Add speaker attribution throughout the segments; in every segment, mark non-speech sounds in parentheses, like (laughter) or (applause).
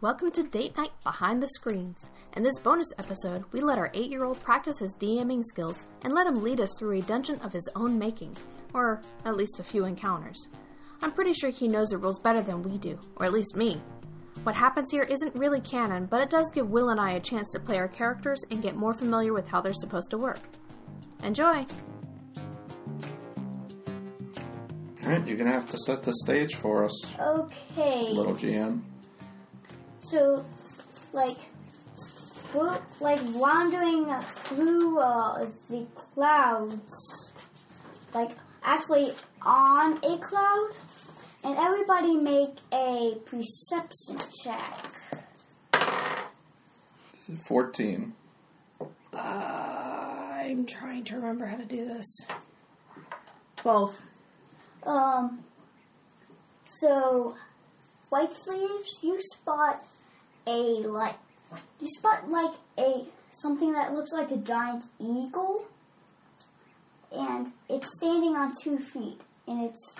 Speaker 1: Welcome to Date Night Behind the Screens. In this bonus episode, we let our eight year old practice his DMing skills and let him lead us through a dungeon of his own making, or at least a few encounters. I'm pretty sure he knows the rules better than we do, or at least me. What happens here isn't really canon, but it does give Will and I a chance to play our characters and get more familiar with how they're supposed to work. Enjoy!
Speaker 2: All right, you're gonna have to set the stage for us,
Speaker 3: Okay.
Speaker 2: little GM.
Speaker 3: So, like, go, like wandering through uh, the clouds, like actually on a cloud, and everybody make a perception check.
Speaker 2: Fourteen.
Speaker 4: I'm trying to remember how to do this.
Speaker 1: 12.
Speaker 3: Um. So, white sleeves, you spot a like, you spot like a something that looks like a giant eagle, and it's standing on two feet, and its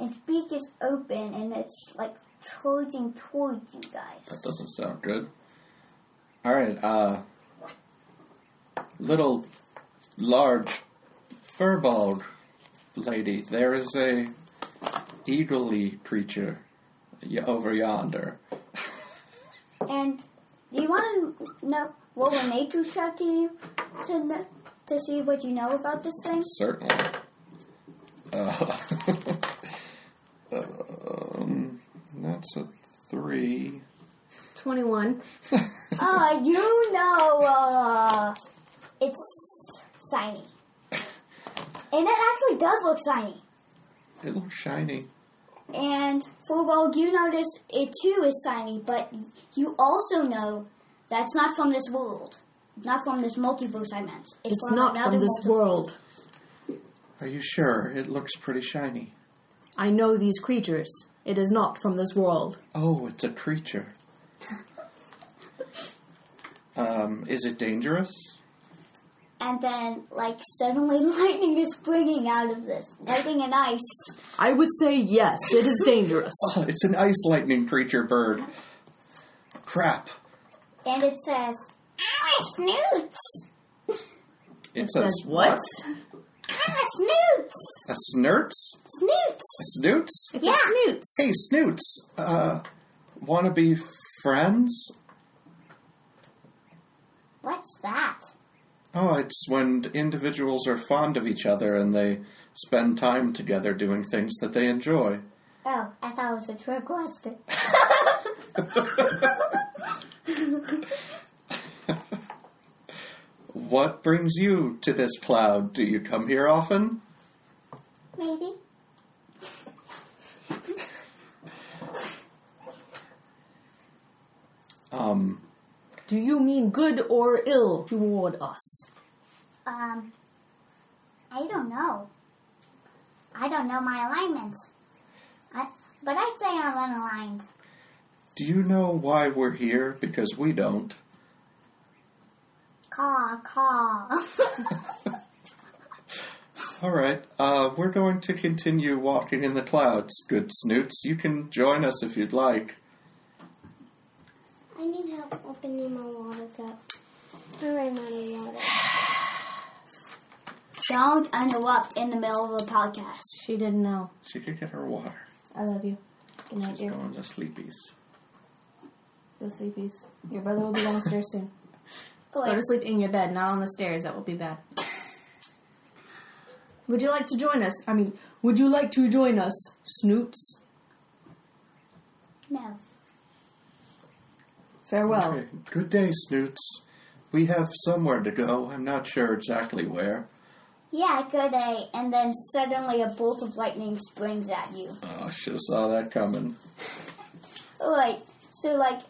Speaker 3: its beak is open, and it's like charging towards you
Speaker 2: That
Speaker 3: guys.
Speaker 2: doesn't sound good. All right, uh, little, large, furball lady. There is a eagley creature y- over yonder.
Speaker 3: And do you want to know what a nature check do you to kn- to see what you know about this thing?
Speaker 2: Certainly. Uh, (laughs) um, that's a three.
Speaker 1: 21.
Speaker 3: Uh, you know, uh, it's shiny. And it actually does look shiny.
Speaker 2: It looks shiny.
Speaker 3: And Furbog, you notice it too is shiny, but you also know that's not from this world. Not from this multiverse, I meant. It's, another multi-
Speaker 1: world.
Speaker 2: Are you sure? It looks pretty shiny.
Speaker 1: I know these creatures. It is not from this world.
Speaker 2: Oh, it's a (laughs) creature. um, is it dangerous?
Speaker 3: And then, like, suddenly (laughs) lightning is springing out of this. Lightning and ice.
Speaker 1: I would say yes, it is
Speaker 5: (laughs)
Speaker 1: dangerous.
Speaker 2: Oh, it's an ice lightning creature bird. Crap.
Speaker 3: And it says, Alice Snoots!
Speaker 2: It,
Speaker 1: Says what?
Speaker 3: Alice Snoots!
Speaker 2: A snurts?
Speaker 3: Snoots!
Speaker 2: A snoots?
Speaker 1: It's
Speaker 3: Yeah.
Speaker 1: a snoots.
Speaker 2: Hey, snoots. Uh, wanna be friends?
Speaker 3: What's that?
Speaker 2: Oh, it's when individuals are fond of each other and they spend time together doing things that they enjoy.
Speaker 3: Oh, I thought it was a trick question.
Speaker 2: What brings you to this cloud? Do you come here often?
Speaker 3: Maybe.
Speaker 2: Um,
Speaker 5: Do you mean good or ill toward us?
Speaker 3: Um, I don't know. I don't know my alignments. I, but I'd say I'm unaligned.
Speaker 2: Do you know why we're here? Because we don't.
Speaker 3: Caw, caw. (laughs)
Speaker 2: All right, uh, we're going to continue walking in the clouds, good snoots. You can join us if you'd like.
Speaker 6: I need help opening my water cup. I ran out of water.
Speaker 3: don't interrupt in the middle of a podcast.
Speaker 5: She didn't know.
Speaker 2: She could get her water.
Speaker 5: I love you. Good night,
Speaker 2: She's
Speaker 5: dear.
Speaker 2: going to sleepies.
Speaker 5: Go sleepies. Your brother will be downstairs soon.
Speaker 1: (laughs)
Speaker 3: Oh,
Speaker 1: Go to sleep in your bed, not on the stairs. That would be
Speaker 5: (laughs)
Speaker 1: bad. Would you like to join us? I mean,
Speaker 5: Would you like to join us, Snoots?
Speaker 3: No.
Speaker 5: Farewell.
Speaker 2: Okay. Good day, snoots. We have somewhere to go. I'm not sure exactly where.
Speaker 3: Yeah, good day. And then suddenly a bolt of lightning springs at you.
Speaker 2: Oh, I should have saw that coming.
Speaker 3: Alright, so like,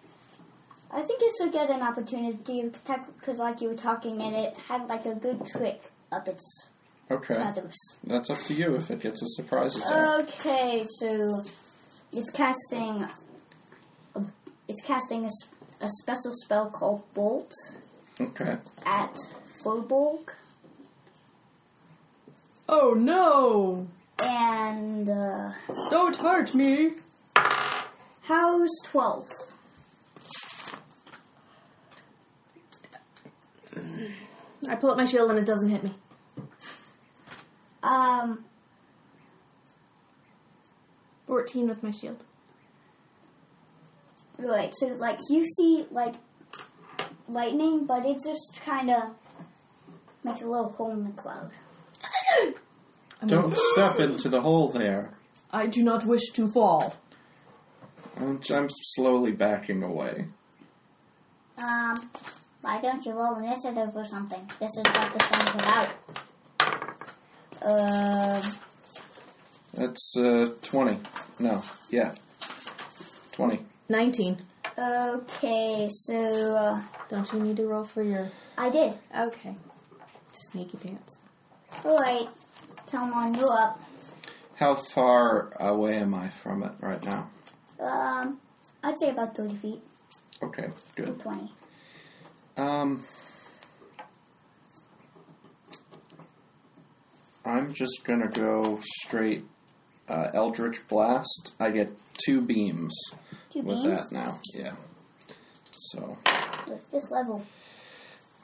Speaker 3: I think you should get an opportunity to protect because like you were talking and it had like a good trick up its
Speaker 2: Okay,
Speaker 3: feathers.
Speaker 2: that's up to you if it gets a surprise attack.
Speaker 3: Uh, Okay, so it's casting, a, it's casting a, s- a special spell called Bolt
Speaker 2: Okay.
Speaker 3: at Fulborg,
Speaker 5: Oh no!
Speaker 3: and uh,
Speaker 5: Don't hurt me!
Speaker 3: how's twelve?
Speaker 1: I pull up my shield and it doesn't hit me.
Speaker 3: Um,
Speaker 1: 14 with my shield.
Speaker 3: right. So like you see like lightning, but it just kind of makes a little hole in the cloud.
Speaker 1: I'm
Speaker 2: Don't step into the hole there.
Speaker 1: I do not wish to fall.
Speaker 2: I'm, I'm slowly backing away.
Speaker 3: Um, why don't you roll initiative or something? This is what the thing's about. Um,
Speaker 2: That's uh, 20. No, yeah. 20.
Speaker 1: 19.
Speaker 3: okay, so uh,
Speaker 1: Don't you need to roll for your.
Speaker 3: I did.
Speaker 1: Okay. Sneaky pants.
Speaker 3: Alright, someone you up.
Speaker 2: How far away am I from it right now?
Speaker 3: Um, I'd say about 30 feet,
Speaker 2: Okay,
Speaker 3: to
Speaker 2: good.
Speaker 3: 20.
Speaker 2: Um, I'm just gonna go straight uh, Eldritch Blast. I get two beams
Speaker 3: Two
Speaker 2: with
Speaker 3: beams?
Speaker 2: that now. Yeah. So
Speaker 3: The fifth level.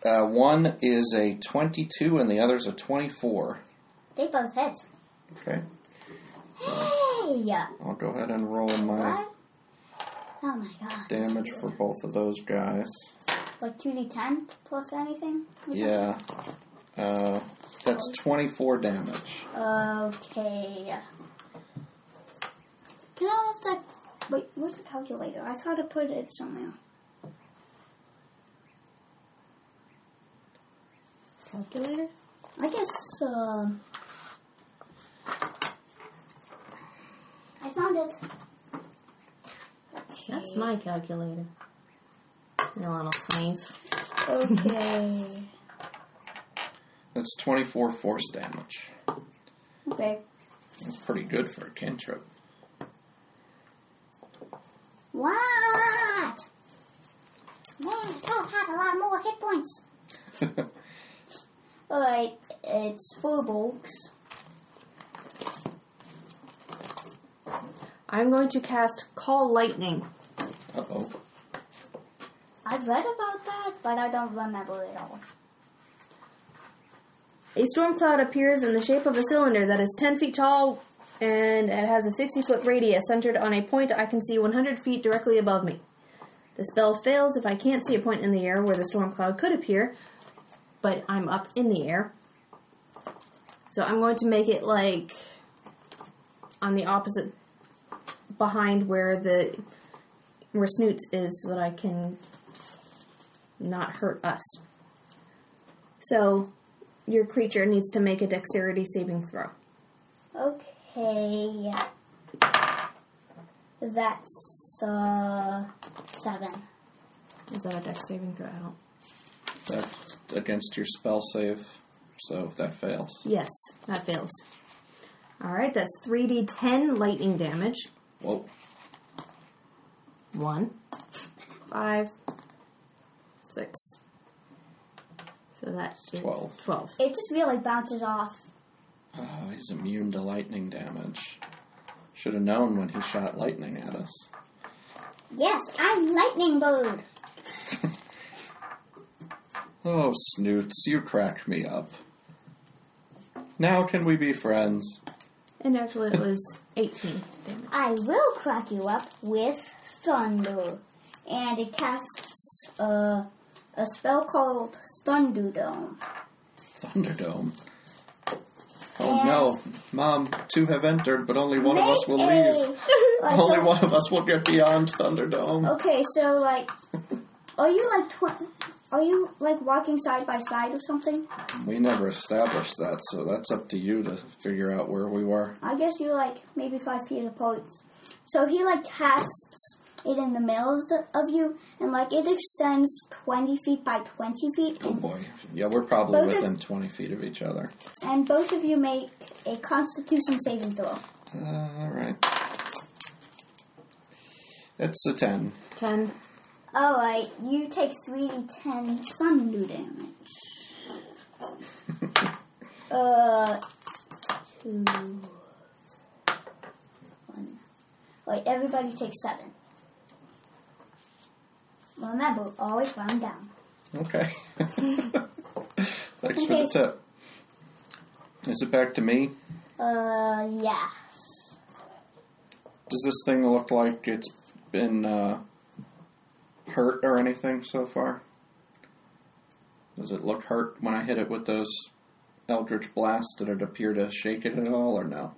Speaker 2: uh, one is a 22 and the other's a 24.
Speaker 3: They both hit.
Speaker 2: Okay,
Speaker 3: (gasps) Hey!
Speaker 2: I'll go ahead and roll my
Speaker 3: What? Oh my god.
Speaker 2: damage for both of those guys.
Speaker 3: Like 2d10 plus anything?
Speaker 2: Yeah. Uh, that's 24 damage.
Speaker 3: Okay. Can I have that? Wait, where's the calculator? I thought I put it somewhere. Calculator? I guess, um. I found it. Okay.
Speaker 1: That's my calculator. No, I don't think.
Speaker 3: Okay.
Speaker 1: (laughs)
Speaker 2: That's 24 force damage.
Speaker 3: okay.
Speaker 2: That's pretty good for a cantrip. (laughs)
Speaker 3: What? Man, Toad has a lot more hit points. Alright, it's full bulks.
Speaker 1: I'm going to cast Call Lightning.
Speaker 2: Uh oh.
Speaker 3: I've read about that, but I don't remember it all.
Speaker 1: A storm cloud appears in the shape of a cylinder that is 10 feet tall and it has a 60 foot radius centered on a point I can see 100 feet directly above me. The spell fails if I can't see a point in the air where the storm cloud could appear, but I'm up in the air. So I'm going to make it like on the opposite behind where the where Snoots is so that I can not hurt us. So your creature needs to make a dexterity saving throw.
Speaker 3: Okay. That's, uh, seven.
Speaker 1: Is that a dex saving throw? I don't.
Speaker 2: That's against your spell save, so that fails.
Speaker 1: Yes, that fails. All right, that's 3d10 lightning damage.
Speaker 2: Whoa.
Speaker 1: One, five, six. So that's
Speaker 2: Twelve.
Speaker 1: 12.
Speaker 3: It just really bounces off.
Speaker 2: Oh, he's immune to lightning damage. Should have known when he shot lightning at us.
Speaker 3: Yes, I'm Lightning Bird.
Speaker 2: Oh, Snoots, you crack me up. Now can we be friends?
Speaker 1: And actually, it was 18 damage.
Speaker 3: I will crack you up with thunder. And it casts uh, a spell called Thunderdome.
Speaker 2: Thunderdome. Oh no. Mom, two have entered, but only one of us will
Speaker 3: Make
Speaker 2: leave.
Speaker 3: a-
Speaker 2: (laughs)
Speaker 3: Like,
Speaker 2: Only
Speaker 3: so-
Speaker 2: one of us will get beyond Thunderdome.
Speaker 3: Okay, so like, are you like tw- are you like walking side by side or something?
Speaker 2: We never established that, so that's up to you to figure out where we were.
Speaker 3: I guess you're like maybe five feet apart. So he like casts it in the middle of the- of you, and like it extends twenty feet by twenty feet,
Speaker 2: Oh
Speaker 3: and,
Speaker 2: boy. Yeah, we're probably
Speaker 3: Both of-
Speaker 2: within 20 feet of each other.
Speaker 3: and both of you make a Constitution saving throw.
Speaker 2: Uh, Alright. It's a 10.
Speaker 1: 10.
Speaker 3: All right, you take three d ten thunder damage. uh, two, one. All right, everybody takes seven.
Speaker 2: (laughs)
Speaker 3: Remember, always round down.
Speaker 2: Okay. Thanks for the
Speaker 3: Yes.
Speaker 2: tip. Is it back to me?
Speaker 3: Uh, yes.
Speaker 2: Does this thing look like it's been uh, hurt or anything so far? Does it look hurt when I hit it with those eldritch blasts? Did it appear to shake it at all, or no?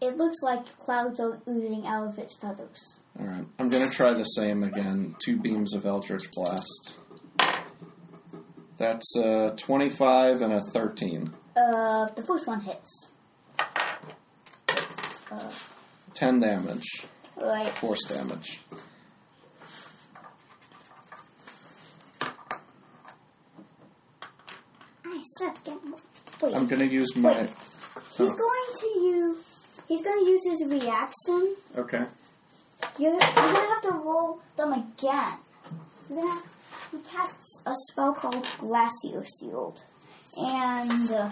Speaker 3: It looks like clouds are oozing out of its feathers.
Speaker 2: All right, I'm gonna try the same again. Two beams of eldritch blast. That's uh, 25 and a 13.
Speaker 3: Uh, the first one hits.
Speaker 2: 10 damage.
Speaker 3: Right.
Speaker 2: force damage.
Speaker 3: I suck at Wait,
Speaker 2: I'm gonna use my.
Speaker 3: he's going to use. He's going to use his reaction.
Speaker 2: Okay.
Speaker 3: You're, you're going to have to roll them again. You're going to he casts a spell called Glacier Shield, and uh,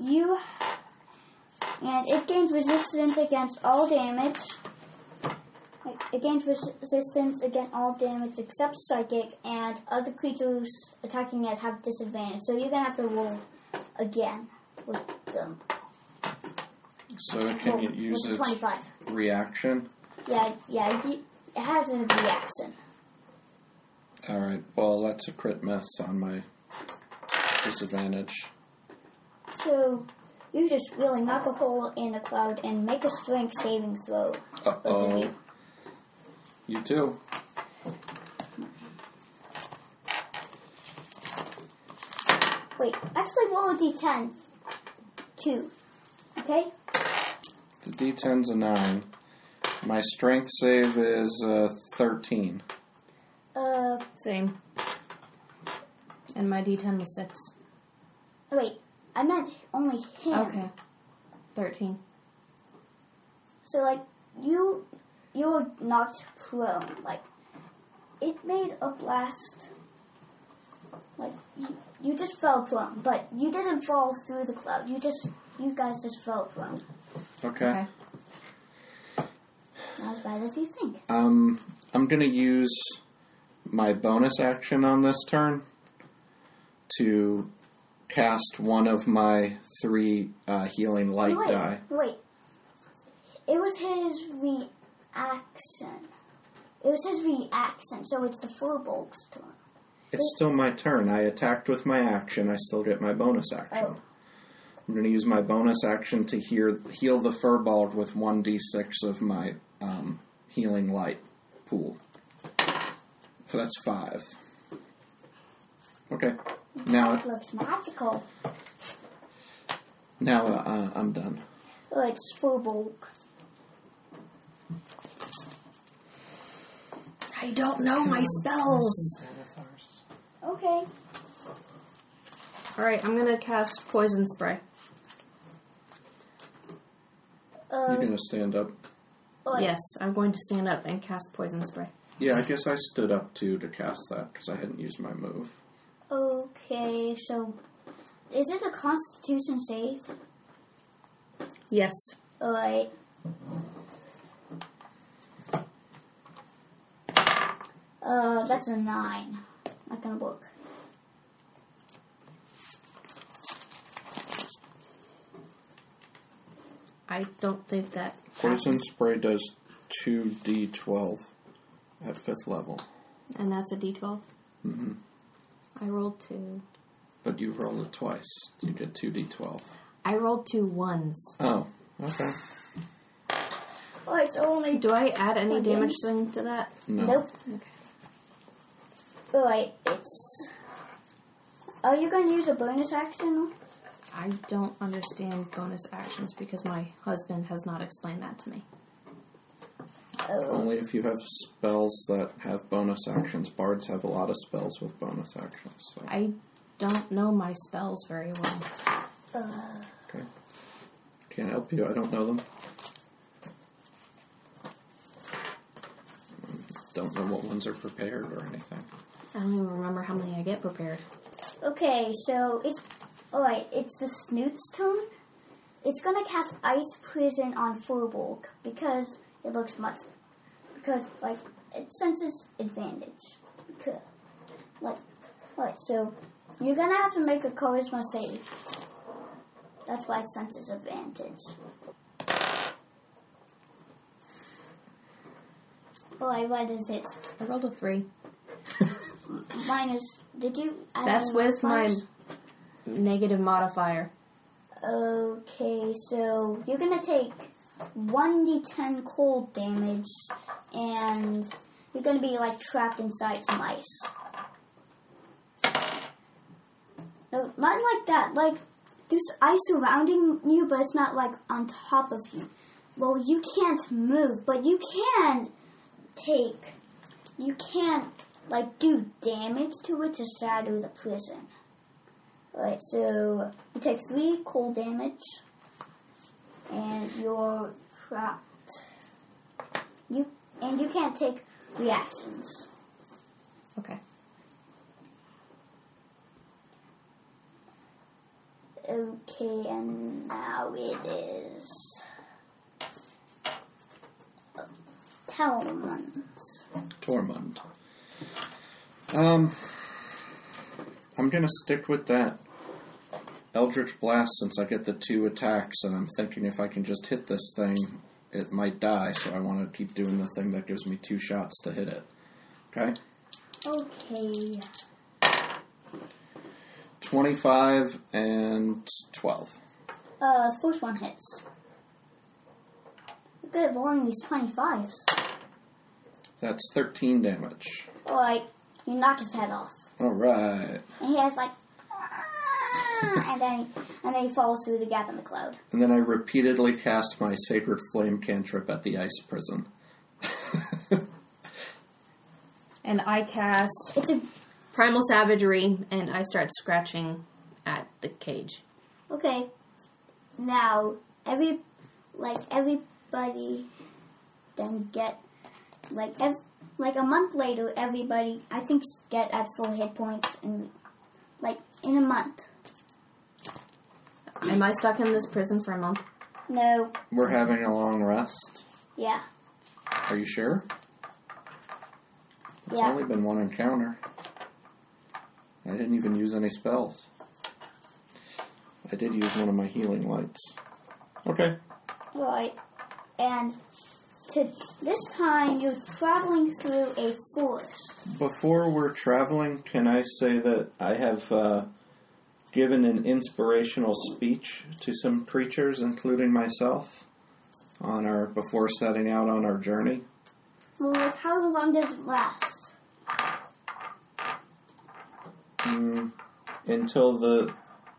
Speaker 3: you and it gains resistance against all damage. It- It gains res- resistance against all damage except psychic, and other creatures attacking it have disadvantage. So you're gonna have to roll again with them.
Speaker 2: So it can
Speaker 3: Roll
Speaker 2: it use
Speaker 3: with a
Speaker 2: its
Speaker 3: twenty-five.
Speaker 2: reaction?
Speaker 3: Yeah, yeah, you- it has a reaction.
Speaker 2: Alright, well, that's a crit miss on my disadvantage.
Speaker 3: So you just really knock a hole in the cloud and make a strength saving throw.
Speaker 2: Uh
Speaker 3: both of
Speaker 2: oh.
Speaker 3: you.
Speaker 2: You too.
Speaker 3: Wait, actually roll a d10. Two. Okay?
Speaker 2: The d10's a 9. My strength save is uh, 13.
Speaker 3: Uh,
Speaker 5: Same. And my D10 was six.
Speaker 3: wait. I meant only him.
Speaker 5: Okay. Thirteen.
Speaker 3: So like you you were knocked prone. Like it made a blast. Like you, you just fell prone, but you didn't fall through the cloud. You just you guys just fell prone.
Speaker 2: Okay.
Speaker 5: Okay.
Speaker 3: Not as bad as you think.
Speaker 2: Um, I'm gonna use my bonus action on this turn to cast one of my three uh, healing light
Speaker 3: Oh, wait,
Speaker 2: die.
Speaker 3: wait. It was his reaction. It was his reaction, so it's the Furbolg's turn.
Speaker 2: It's still my turn. I attacked with my action. I still get my bonus action.
Speaker 3: Oh.
Speaker 2: I'm going to use my bonus action to hear, heal the furball with 1d6 of my um, healing light pool. So that's five. Okay. Now,
Speaker 3: That looks magical.
Speaker 2: now uh, uh, I'm done.
Speaker 3: Oh, it's Furbolg.
Speaker 4: I don't know my spells.
Speaker 3: Okay.
Speaker 5: All right. I'm gonna cast poison spray.
Speaker 2: You're
Speaker 3: Uh,
Speaker 2: going to stand up.
Speaker 3: Right.
Speaker 5: Yes, I'm going to stand up and cast poison spray.
Speaker 2: Yeah, I guess I stood up too to cast that because I hadn't used my move.
Speaker 3: okay, so is it a Constitution save?
Speaker 5: Yes.
Speaker 3: Alright. Uh, that's a nine. Not gonna work.
Speaker 5: I don't think that.
Speaker 2: Poison spray does 2d12 at fifth level.
Speaker 5: And that's a D12. Mm-hmm. I rolled two.
Speaker 2: But you roll it twice. You get 2d12.
Speaker 5: I rolled two ones.
Speaker 2: Oh, okay.
Speaker 3: Oh, it's only
Speaker 5: Do I add any damage thing to that?
Speaker 2: No.
Speaker 3: Nope.
Speaker 5: Okay.
Speaker 3: Alright, it's. Are you gonna use a bonus action?
Speaker 5: I don't understand bonus actions because my husband has not explained that to me.
Speaker 3: Oh,
Speaker 2: Only if you have spells that have bonus actions. Bards have a lot of spells with bonus actions. So.
Speaker 5: I don't know my spells very well.
Speaker 2: Okay. Can't help you. I don't know them. Don't know what ones are prepared or anything.
Speaker 5: I don't even remember how many I get prepared.
Speaker 3: okay, so it's. Alright, it's the Snoot's turn. It's gonna cast Ice Prison on Furbolg because it looks much. Because, like, it senses advantage. Because, like, alright, so You're gonna have to make a charisma save. That's why it senses advantage. Boy, what is it?
Speaker 5: I rolled a three.
Speaker 3: Minus. Did you? add
Speaker 5: Oh, That's
Speaker 3: any
Speaker 5: with my
Speaker 3: modifiers?
Speaker 5: negative modifier.
Speaker 3: Okay, so you're gonna take 1d10 cold damage, and you're gonna be like trapped inside some ice. No, not like that. Like there's ice surrounding you, but it's not like on top of you. Well, you can't move, but you can take. You can like do damage to it to shadow the prison. Alright, so you take three cold damage, and you're trapped. You and you can't take reactions.
Speaker 5: Okay.
Speaker 3: Okay, and now it is Talmans.
Speaker 2: Tormund. Um, I'm gonna stick with that Eldritch Blast since I get the two attacks, and I'm thinking if I can just hit this thing, it might die. So I want to keep doing the thing that gives me two shots to hit it. Okay,
Speaker 3: Okay,
Speaker 2: twenty-five and twelve.
Speaker 3: uh, the first one hits. You're good at rolling these twenty fives.
Speaker 2: That's thirteen damage.
Speaker 3: Alright, you knock his head off.
Speaker 2: All right,
Speaker 3: And he has like, "Ah," and then and then he falls through the gap in the cloud.
Speaker 2: and then I repeatedly cast my Sacred Flame cantrip at the ice prison.
Speaker 5: And I cast
Speaker 3: It's a
Speaker 5: Primal Savagery, and I start scratching at the cage.
Speaker 3: okay. Now every like everybody then get like ev- like a month later everybody I think get at full hit points and like in a month.
Speaker 5: Am I stuck in this prison for a month?
Speaker 3: No,
Speaker 2: We're having a long rest.
Speaker 3: yeah,
Speaker 2: Are you sure? It's
Speaker 3: yeah.
Speaker 2: only been one encounter. I didn't even use any spells. I did use one of my healing lights. Okay.
Speaker 3: Right. And to this time you're traveling through a forest.
Speaker 2: Before we're traveling, can I say that I have uh, given an inspirational speech to some creatures, including myself, on our before setting out on our journey?
Speaker 3: Well, like how long does it last?
Speaker 2: Mm, until the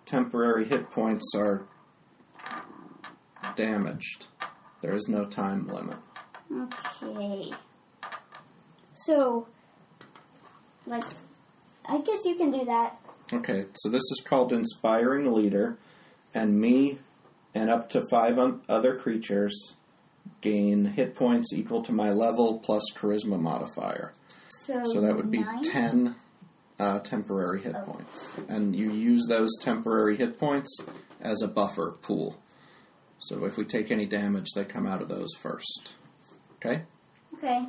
Speaker 2: temporary hit points are damaged. There is no time limit.
Speaker 3: Okay. So, like, I guess you can do that.
Speaker 2: Okay, so this is called Inspiring Leader, and me and up to five un- other creatures gain hit points equal to my level plus charisma modifier.
Speaker 3: So,
Speaker 2: So that would be
Speaker 3: nine?
Speaker 2: 10 uh, temporary hit points. And you use those temporary hit points as a buffer pool. So if we take any damage, they come out of those first. Okay?
Speaker 3: Okay.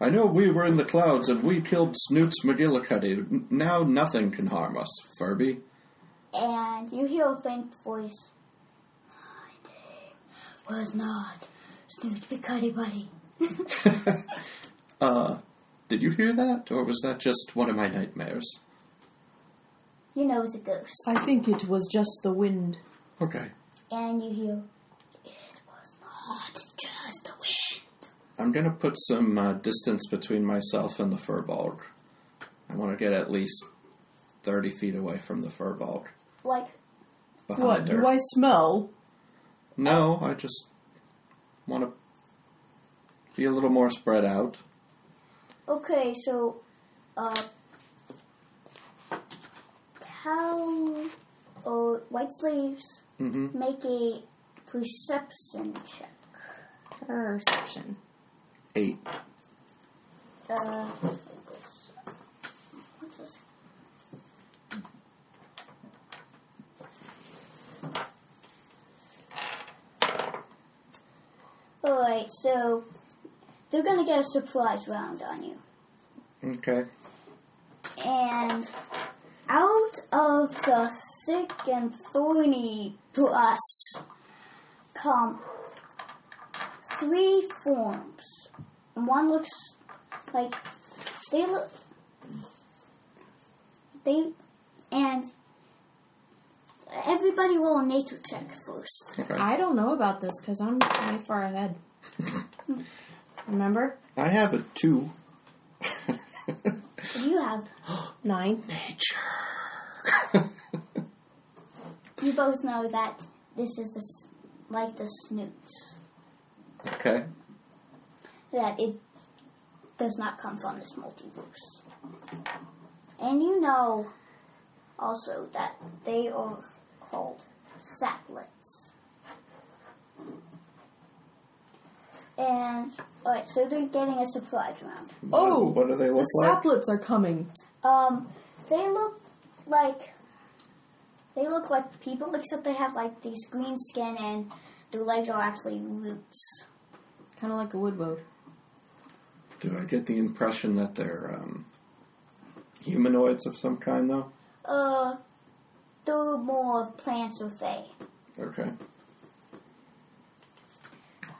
Speaker 2: I know we were in the clouds and we killed Snoots McGillicuddy. N- Now nothing can harm us, Furby.
Speaker 3: And you hear a faint voice. My name was not Snoot Cuddy Buddy.
Speaker 2: Uh, did you hear that? Or was that just one of my nightmares?
Speaker 3: You know it's a ghost.
Speaker 7: I think it was just the wind.
Speaker 2: Okay.
Speaker 3: And you hear, it was not just the wind.
Speaker 2: I'm going to put some uh, distance between myself and the Furbolg. I want to get at least 30 feet away from the Furbolg.
Speaker 3: Like,
Speaker 2: Behind
Speaker 7: What
Speaker 2: her.
Speaker 7: do I smell?
Speaker 2: No, I just want to be a little more spread out.
Speaker 3: okay, so, uh, how, or White Sleeves
Speaker 2: Mm-hmm.
Speaker 3: make a perception check.
Speaker 5: Perception.
Speaker 2: Eight.
Speaker 3: Uh, what's this? Alright, so they're gonna get a surprise round on you.
Speaker 2: Okay.
Speaker 3: And It's a thick and thorny grass. Come, three forms. One looks like they look. They and everybody roll a nature check first.
Speaker 2: Okay.
Speaker 5: I don't know about this because I'm way far ahead. Remember?
Speaker 2: I have a two.
Speaker 3: You have
Speaker 5: Nine.
Speaker 3: you both know that this is the, s- like the snoots.
Speaker 2: (laughs) Okay.
Speaker 3: that it does not come from this multiverse. And you know also that they are called saplets. And alright, so they're getting a surprise round.
Speaker 7: Oh,
Speaker 2: What do they look
Speaker 7: the
Speaker 2: like?
Speaker 7: saplets are coming.
Speaker 3: Um, they look like they look like people, except they have like these green skin and their legs are actually roots.
Speaker 5: Kind of like a woodwode.
Speaker 2: Do I get the impression that they're um, humanoids of some kind, though?
Speaker 3: Uh, they're more of plants or fae.
Speaker 2: Okay.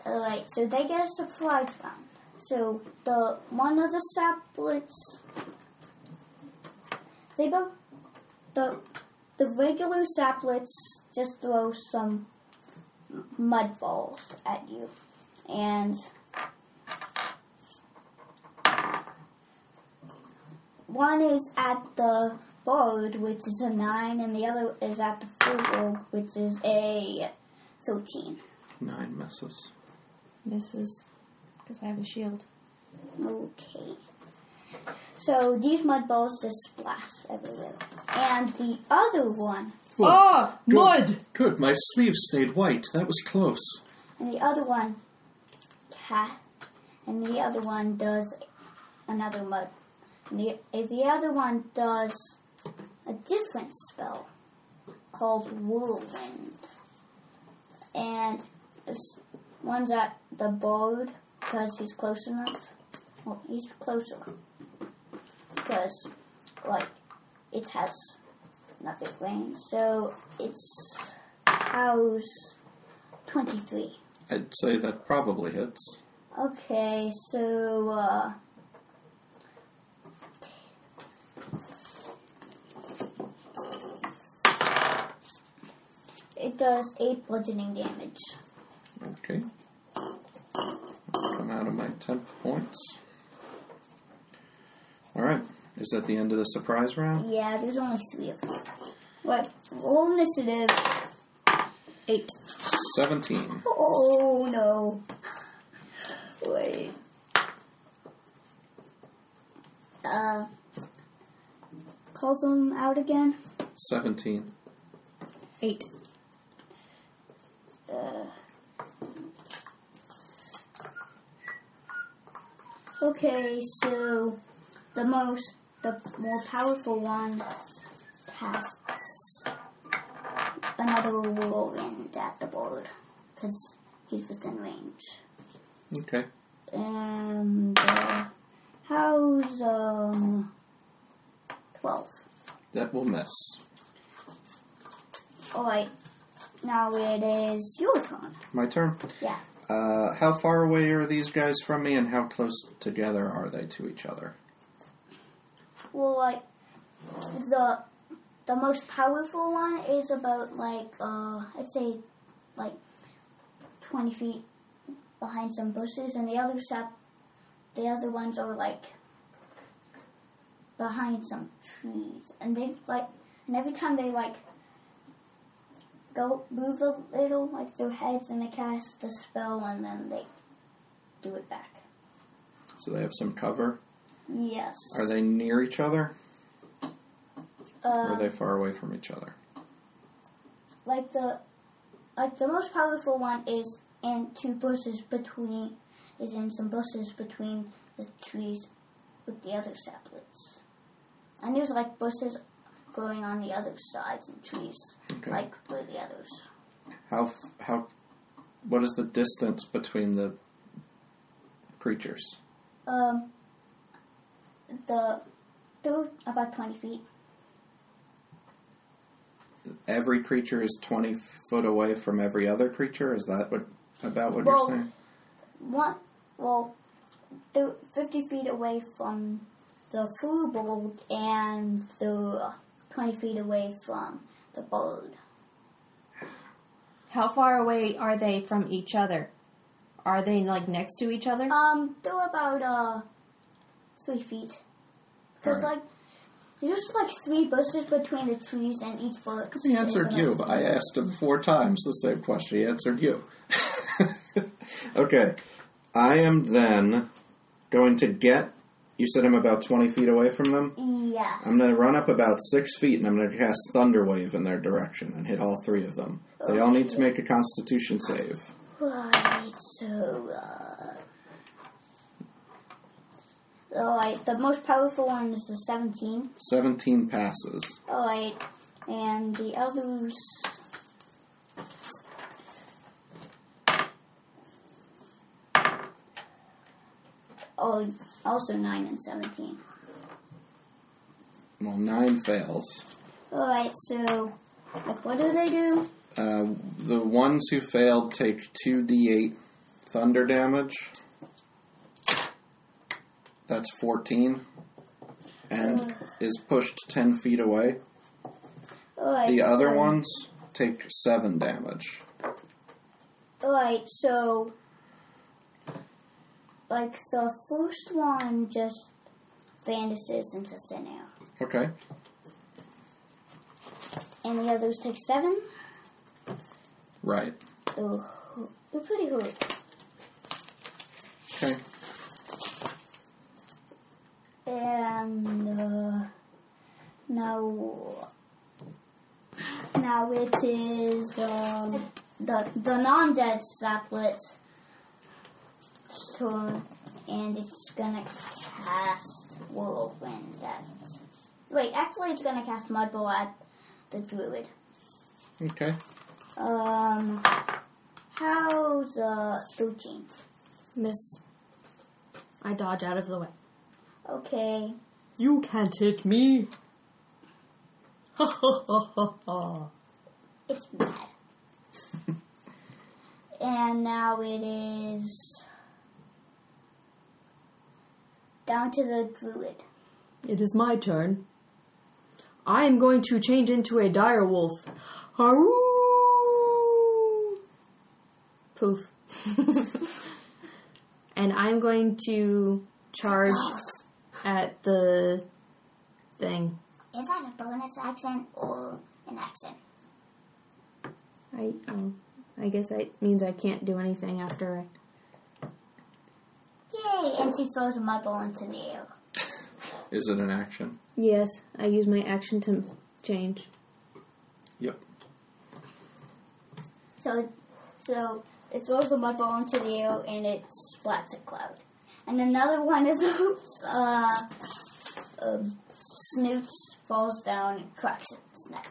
Speaker 3: Alright, so they get a surprise round. So the one of the saplets they both the the regular saplets just throw some mud balls at you. And one is at the bird, which is a nine, and the other is at the fool, which is a thirteen.
Speaker 2: Nine misses.
Speaker 5: Misses. Because I have a shield.
Speaker 3: Okay. So these mud balls just splash everywhere. And the other one,
Speaker 7: Ah, mud!
Speaker 2: Good, my sleeve stayed white. That was close.
Speaker 3: and the other one, cat, and the other one does another mud. And the, and the other one does a different spell called Whirlwind. And this one's at the bird because he's close enough. Well, he's closer. Because, like, it has not big range. So it's house 23.
Speaker 2: I'd say that probably hits.
Speaker 3: Okay, so, uh. It does 8 bludgeoning damage.
Speaker 2: Okay. Come out of my temp points. Alright. Is that the end of the surprise round?
Speaker 3: Yeah, there's only 3 of them. Right, roll initiative.
Speaker 5: Eight.
Speaker 2: 17.
Speaker 3: Oh no. Wait. Uh. Call them out again.
Speaker 2: 17.
Speaker 5: Eight.
Speaker 3: Uh, Okay, so the most, the more powerful one casts another whirlwind at the board because he's within range.
Speaker 2: Okay.
Speaker 3: And uh, how's um twelve?
Speaker 2: That will miss.
Speaker 3: All right, now it is your turn.
Speaker 2: My turn.
Speaker 3: Yeah,
Speaker 2: Uh, how far away are these guys from me and how close together are they to each other?
Speaker 3: well, like the the most powerful one is about like uh, I'd say like twenty feet behind some bushes, and the other sap, the other ones are like behind some trees, and they like, and every time they like go move a little, like their heads, and they cast the spell, and then they do it back.
Speaker 2: So they have some cover.
Speaker 3: Yes.
Speaker 2: Are they near each other or
Speaker 3: Uh,
Speaker 2: are they far away from each other?
Speaker 3: like the like the most powerful one is in two bushes between is in some bushes between the trees with the other saplings. And there's like bushes growing on the other sides and trees
Speaker 2: Okay.
Speaker 3: like where the others.
Speaker 2: How how what is the distance between the creatures?
Speaker 3: Um the they're about twenty feet.
Speaker 2: every creature is twenty foot away from every other creature. Is that what about what
Speaker 3: Well-
Speaker 2: you're saying?
Speaker 3: One, well, the 50 feet away from the flu bolt and the 20 feet away from the bird.
Speaker 5: How far away are they from each other? Are they like next to each other?
Speaker 3: Um, they're about, uh, three feet. Because,
Speaker 2: Alright.
Speaker 3: like, there's just like three bushes between the trees, and each bird.
Speaker 2: He
Speaker 3: is
Speaker 2: answered
Speaker 3: about-
Speaker 2: you, but I asked him four times the same question. He answered you. (laughs) okay. I am then going to get. You said I'm about 20 feet away from them?
Speaker 3: Yeah.
Speaker 2: I'm going to run up about six feet and I'm going to cast Thunder Wave in their direction and hit all three of them. They all need to make a Constitution save.
Speaker 3: Right, so, uh. Alright, the most powerful one is the 17.
Speaker 2: 17 passes.
Speaker 3: Alright, and the others. Oh, also 9 and 17.
Speaker 2: Well, nine fails.
Speaker 3: Alright, so. Like, what do they do?
Speaker 2: Uh, the ones who failed take 2d8 thunder damage. That's 14. And is pushed 10 feet away.
Speaker 3: Alright.
Speaker 2: The other
Speaker 3: so-
Speaker 2: ones take 7 damage.
Speaker 3: Alright, so. Like, the first one just vanishes into thin air.
Speaker 2: Okay.
Speaker 3: And the others take seven.
Speaker 2: Right.
Speaker 3: They're, they're pretty hurt.
Speaker 2: Okay.
Speaker 3: And uh, now, now it is um, the the non-dead saplet's turn, and it's gonna cast whirlwind at. Wait, actually, it's gonna cast mudball at the druid.
Speaker 2: Okay.
Speaker 3: Um, how's uh thirteen?
Speaker 5: Miss. I dodge out of the way.
Speaker 3: Okay.
Speaker 7: You can't hit me. (laughs) Ha ha ha ha ha.
Speaker 3: It's mad. (laughs) and now it is down to the druid.
Speaker 7: It is my turn. I am going to change into a dire wolf. Haroo!
Speaker 5: Poof. (laughs) and I'm going to charge at the thing.
Speaker 3: Is that a bonus accent or an accent?
Speaker 5: I um, I guess it means I can't do anything after I.
Speaker 3: Yay! And she throws a mud ball into the air.
Speaker 2: Is it an action?
Speaker 5: Yes, I use my action to change.
Speaker 2: Yep. (laughs)
Speaker 3: So, so it throws a mud ball into the air and it splats a cloud. And another one of those (laughs) uh, um, snoots falls down and cracks its neck.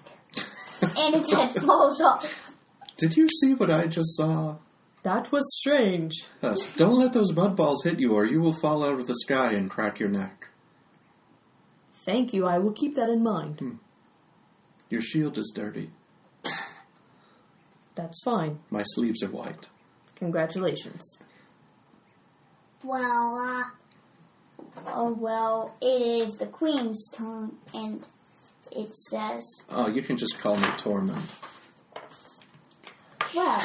Speaker 3: and its head falls off.
Speaker 2: Did you see what I just saw?
Speaker 7: That was strange.
Speaker 2: Yes. Don't let those mud balls hit you, or you will fall out of the sky and crack your neck.
Speaker 7: Thank you, I will keep that in mind.
Speaker 2: Your shield is dirty.
Speaker 7: That's fine.
Speaker 2: My sleeves are white.
Speaker 7: Congratulations.
Speaker 3: Well, uh, oh well, it is the queen's turn, and it says,
Speaker 2: Oh, you can just call me Tormund.
Speaker 3: "Well,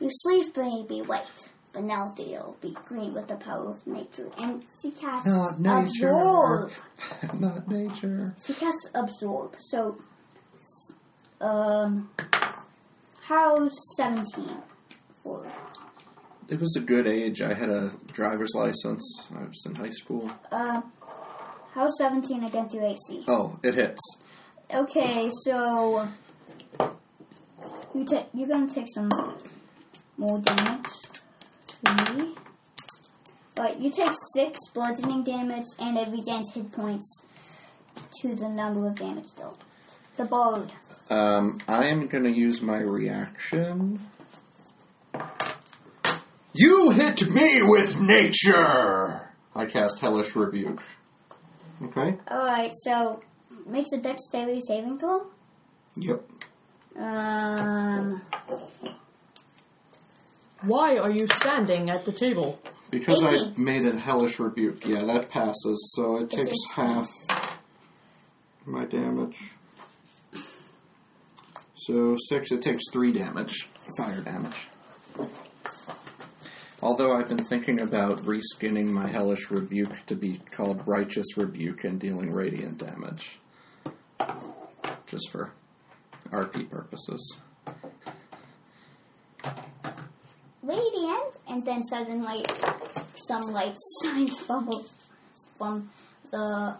Speaker 3: you sleep may be white, but now they'll be green with the power of nature." And she casts
Speaker 2: Not nature.
Speaker 3: absorb.
Speaker 2: (laughs) Not nature.
Speaker 3: She casts absorb. So, um, how's seventeen for?
Speaker 2: It was a good age. I had a driver's license. I was in high school.
Speaker 3: Uh, how's seventeen against your AC?
Speaker 2: Oh, it hits.
Speaker 3: Okay, so you ta- you're gonna take some more damage. Three. But you take six bludgeoning damage and it regains hit points to the number of damage dealt. The bird.
Speaker 2: Um, I am going to use my reaction. You hit me with nature! I cast Hellish Rebuke. Okay.
Speaker 3: Alright, so makes a dexterity saving throw.
Speaker 2: Yep.
Speaker 3: Um,
Speaker 7: Why are you standing at the table?
Speaker 2: Because I
Speaker 3: Eighteen.
Speaker 2: made a hellish rebuke. Yeah, that passes, so it takes half my damage. So six, it takes three damage. Fire damage. Although I've been thinking about reskinning my hellish rebuke to be called righteous rebuke and dealing radiant damage. Just for RP purposes.
Speaker 3: radiant, and then suddenly some light shines from from the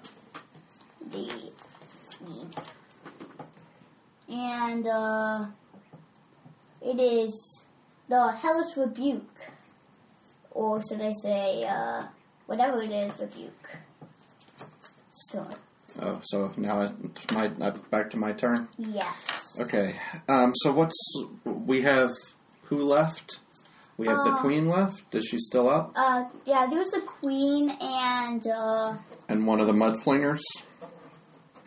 Speaker 3: the queen. and uh, it is the hellish rebuke, or should I say, uh, whatever it is, rebuke. So
Speaker 2: Oh, so now I, my, uh, back to my turn.
Speaker 3: yes,
Speaker 2: Okay. Um, so what's we have? Who left? We have the
Speaker 3: Uh,
Speaker 2: queen left. Is she still up?
Speaker 3: uh, yeah, there's the queen and uh,
Speaker 2: And one of the mudflingers.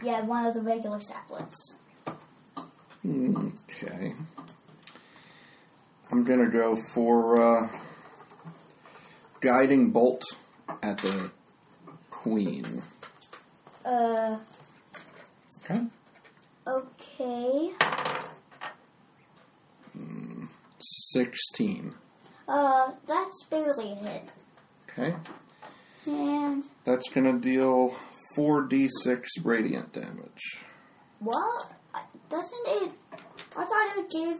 Speaker 3: yeah, one of the regular saplings.
Speaker 2: Okay. I'm gonna go for uh, guiding bolt at the queen.
Speaker 3: Uh.
Speaker 2: Okay.
Speaker 3: Okay.
Speaker 2: Sixteen.
Speaker 3: Uh, that's barely a hit.
Speaker 2: Okay.
Speaker 3: And
Speaker 2: That's gonna deal four d6 radiant damage.
Speaker 3: what? Doesn't it? I thought it would give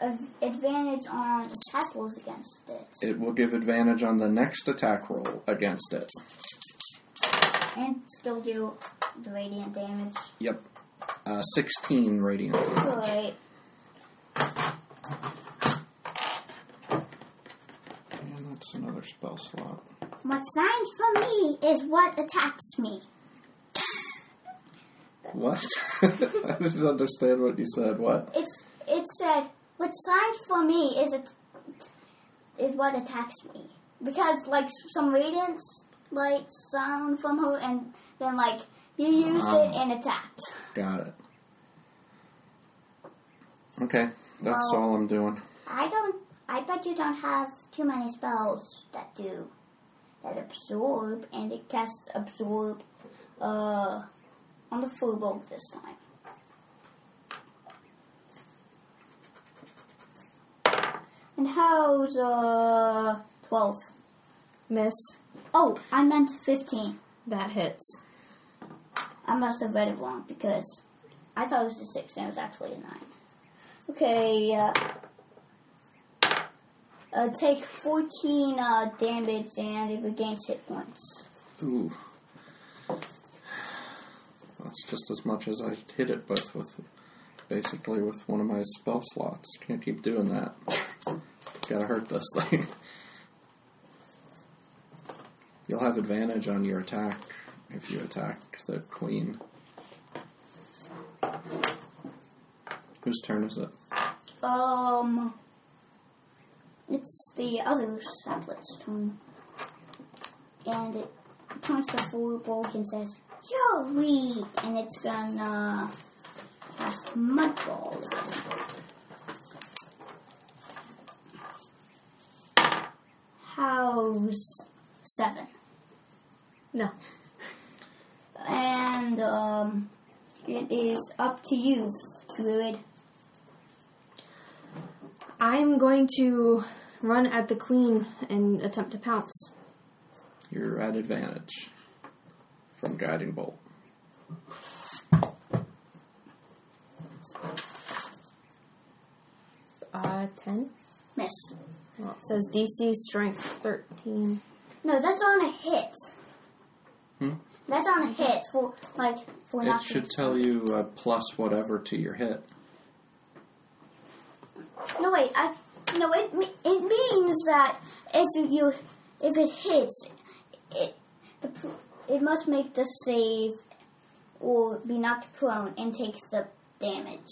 Speaker 3: a advantage on attack rolls against it.
Speaker 2: It will give advantage on the next attack roll against it.
Speaker 3: and still do the radiant damage.
Speaker 2: Yep. Uh, 16 radiant damage.
Speaker 3: Alright.
Speaker 2: And that's another spell slot.
Speaker 3: What signs for me is what attacks me.
Speaker 2: What? (laughs) I didn't understand what you said. What?
Speaker 3: It's it said what signs for me is it is what attacks me because like some radiant light sound from her and then like you used it and attacked.
Speaker 2: Got it. Okay. That's
Speaker 3: Oh.
Speaker 2: all I'm doing.
Speaker 3: I don't. I bet you don't have too many spells that do that absorb and it casts absorb uh, on the full bulb this time. And how's uh twelve?
Speaker 5: Miss,
Speaker 3: Oh, I meant fifteen.
Speaker 5: that hits.
Speaker 3: I must have read it wrong because I thought it was a six and it was actually a nine. Okay, uh, uh, take 14 uh, damage and it regains hit points.
Speaker 2: Ooh. That's just as much as I hit it, but with basically with one of my spell slots. Can't keep doing that. Gotta hurt this (laughs) thing. You'll have advantage on your attack if you attack the queen. Whose turn is it?
Speaker 3: Um, it's the other saplet's turn. And it turns to full bulk and says, You're weak! And it's gonna cast Mud Ball. How's seven?
Speaker 5: No.
Speaker 3: And, um, it is up to you, Druid.
Speaker 5: I'm going to run at the queen and attempt to pounce.
Speaker 2: You're at advantage from Guiding Bolt.
Speaker 5: Uh, 10?
Speaker 3: Miss.
Speaker 5: Well, it says DC strength 13.
Speaker 3: No, that's on a hit.
Speaker 2: Hmm?
Speaker 3: That's on a hit for like for
Speaker 2: It
Speaker 3: nothing.
Speaker 2: should tell you uh, plus whatever to your hit.
Speaker 3: No wait, I no it me- it means that if you if it hits, it the, pr- it must make the save or be knocked prone and takes the damage.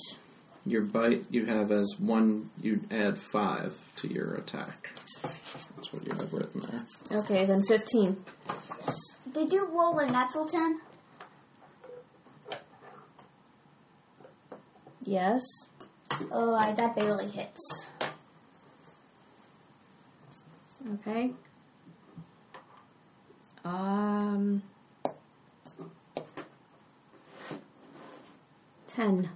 Speaker 2: Your bite you have as one, you add five to your attack. That's what you have written there.
Speaker 5: Okay, then 15.
Speaker 3: Did you roll a natural ten?
Speaker 5: Yes.
Speaker 3: Oh, I, that barely hits.
Speaker 5: Okay. Um. Ten.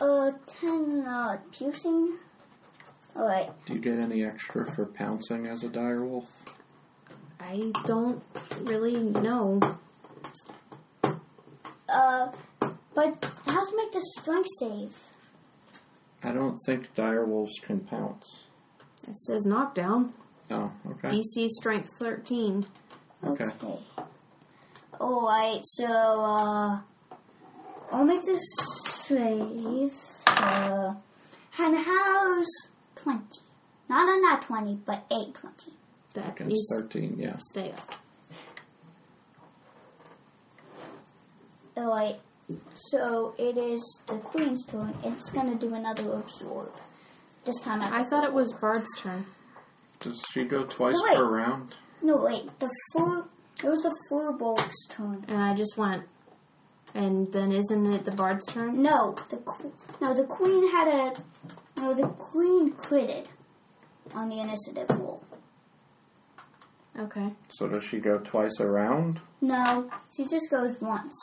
Speaker 3: Uh, ten uh, piercing. All right.
Speaker 2: Do you get any extra for pouncing as a dire wolf?
Speaker 5: I don't really know.
Speaker 3: Uh, but it has to make the strength save.
Speaker 2: I don't think dire wolves can pounce.
Speaker 5: It says knockdown.
Speaker 2: Oh, okay.
Speaker 5: DC strength 13.
Speaker 2: Okay.
Speaker 3: All right. So uh, I'll make this save. Uh, and how's twenty? Not a not twenty, but eight twenty.
Speaker 5: That
Speaker 2: Against
Speaker 5: needs to
Speaker 2: 13, yeah.
Speaker 5: stay up.
Speaker 3: All right. So it is the queen's turn. It's gonna do another absorb. This time at
Speaker 5: I
Speaker 3: the
Speaker 5: thought it
Speaker 3: full.
Speaker 5: was Bard's turn.
Speaker 2: Does she go twice
Speaker 3: Oh, wait.
Speaker 2: per round?
Speaker 3: No, wait. The four. It was the four bulbs turn.
Speaker 5: And I just went. And then isn't it the Bard's turn?
Speaker 3: No, the qu- no the queen had a no the queen critted on the initiative roll.
Speaker 5: Okay.
Speaker 2: So does she go twice a round?
Speaker 3: No, she just goes once.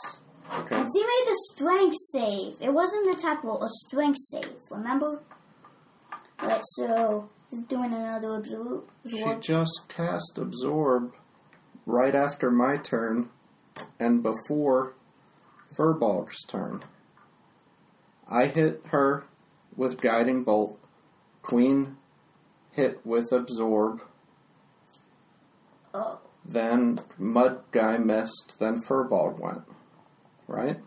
Speaker 2: Okay.
Speaker 3: And she made a strength save. It wasn't an attack roll, a strength save. Remember? Right. So she's doing another absorb.
Speaker 2: She just cast Absorb right after my turn and before Furbolg's turn. I hit her with Guiding Bolt. Queen hit with Absorb.
Speaker 3: Oh.
Speaker 2: Then Mud Guy missed. Then Furbolg went. Right?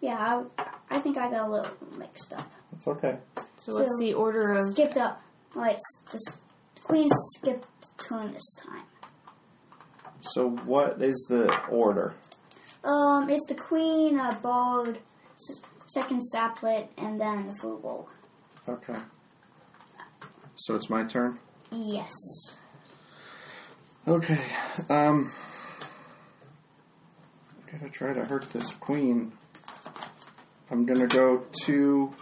Speaker 3: Yeah, I, I think I got a little mixed up.
Speaker 2: It's okay.
Speaker 5: So, what's the order of.
Speaker 3: Skipped up. Right. This, the queen skipped turn this time.
Speaker 2: So what is the order?
Speaker 3: Um, it's the queen, uh, bald, s- second saplet, and then the football.
Speaker 2: Okay. So it's my turn?
Speaker 3: Yes.
Speaker 2: Okay. Um I gotta try to hurt this queen. I'm gonna go two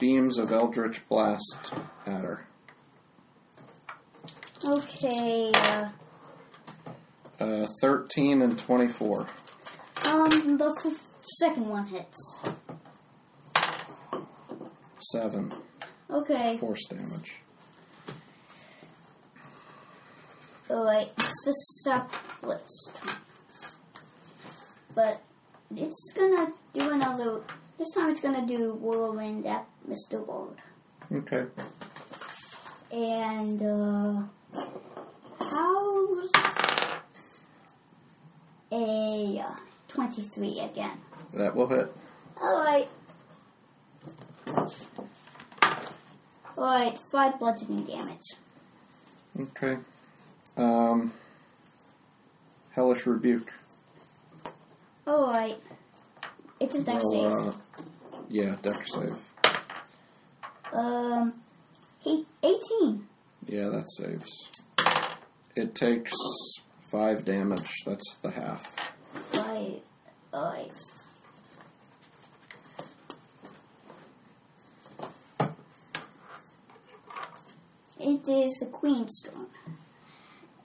Speaker 2: beams of Eldritch Blast at her.
Speaker 3: Okay. Uh,
Speaker 2: Uh, 13 and 24.
Speaker 3: um, the f- second one hits.
Speaker 2: 7.
Speaker 3: Okay.
Speaker 2: Force damage.
Speaker 3: All right. It's the saplet's turn. But it's gonna do another. This time it's gonna do whirlwind at Mr. Ward.
Speaker 2: Okay.
Speaker 3: And uh, how's a uh, twenty-three again?
Speaker 2: That will hit.
Speaker 3: Alright. Alright, five bludgeoning damage.
Speaker 2: Okay. Um, Hellish Rebuke.
Speaker 3: Alright. It's a dex
Speaker 2: Well,
Speaker 3: save.
Speaker 2: uh, yeah, deck save.
Speaker 3: Um, he, 18.
Speaker 2: Yeah, that saves. It takes five damage. That's the half.
Speaker 3: Alright. Alright. It is the Queen's Stone.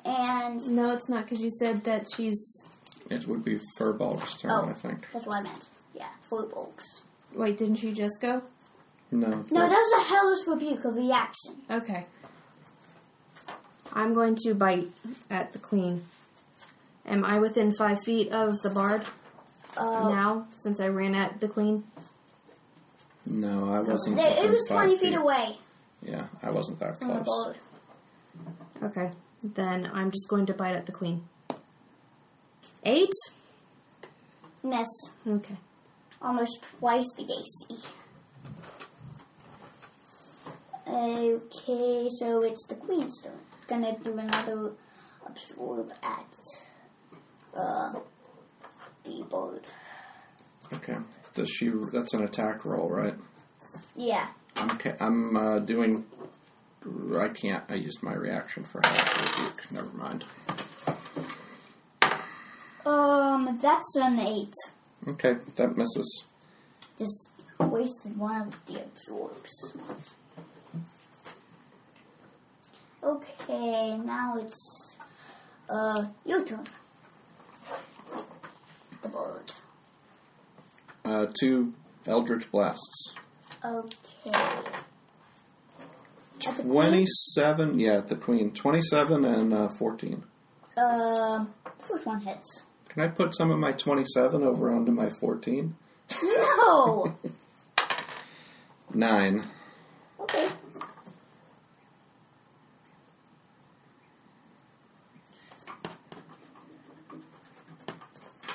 Speaker 3: And,
Speaker 5: No, it's not because you said that she's.
Speaker 2: It would be Furbolg's turn,
Speaker 3: Oh.
Speaker 2: I think.
Speaker 3: that's what I meant. Yeah, four bolts.
Speaker 5: Wait, didn't she just go?
Speaker 2: No.
Speaker 3: No, that was a hellish rebuke, a reaction.
Speaker 5: Okay. I'm going to bite at the queen. Am I within five feet of the bard
Speaker 3: Uh,
Speaker 5: now since I ran at the queen?
Speaker 2: No, I wasn't.
Speaker 3: They- it
Speaker 2: within
Speaker 3: was
Speaker 2: five
Speaker 3: 20 feet away
Speaker 2: Yeah, I wasn't that
Speaker 3: from the
Speaker 2: close.
Speaker 3: boat.
Speaker 5: Okay. Then I'm just going to bite at the queen. Eight?
Speaker 3: Miss
Speaker 5: Okay.
Speaker 3: almost twice the AC. Okay, so it's the queen's turn. Gonna do another absorb at uh, the boat.
Speaker 2: Okay. Does she? That's an attack roll, right?
Speaker 3: Yeah.
Speaker 2: I'm. Ca- I'm uh, doing. I can't. I used my reaction for Hellish Rebuke. Never mind.
Speaker 3: Um, that's an eight.
Speaker 2: Okay, that misses.
Speaker 3: Just wasted one of the absorbs. Okay, now it's uh your turn. The bird.
Speaker 2: Uh, two Eldritch Blasts.
Speaker 3: Okay.
Speaker 2: 27, yeah, at the Queen. 27 and uh, 14.
Speaker 3: Um, the first one hits.
Speaker 2: Can I put some of my 27 over onto my 14? (laughs)
Speaker 3: No.
Speaker 2: Nine.
Speaker 3: okay.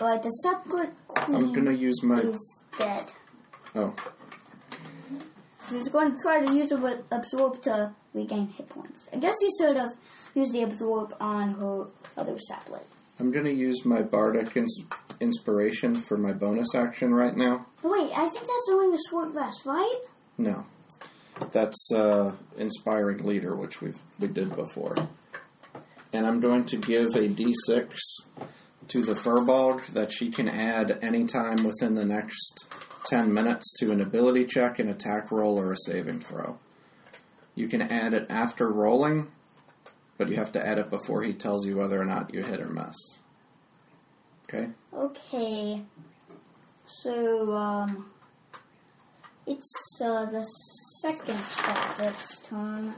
Speaker 3: Alright, the subgrid
Speaker 2: I'm
Speaker 3: queen
Speaker 2: gonna use my.
Speaker 3: Mm-hmm. is dead.
Speaker 2: Oh,
Speaker 3: He's going to try to use the absorb to regain hit points. I guess he should have used the absorb on her other sapling.
Speaker 2: I'm gonna use my bardic ins- inspiration for my bonus action right now.
Speaker 3: But wait, I think that's during the short rest, right?
Speaker 2: No, that's uh, inspiring leader, which we we did before. And I'm going to give a d6 to the furball that she can add any time within the next 10 minutes to an ability check, an attack roll, or a saving throw. You can add it after rolling, but you have to add it before he tells you whether or not you hit or miss. Okay?
Speaker 3: Okay. So, um, it's uh, the second sap's turn.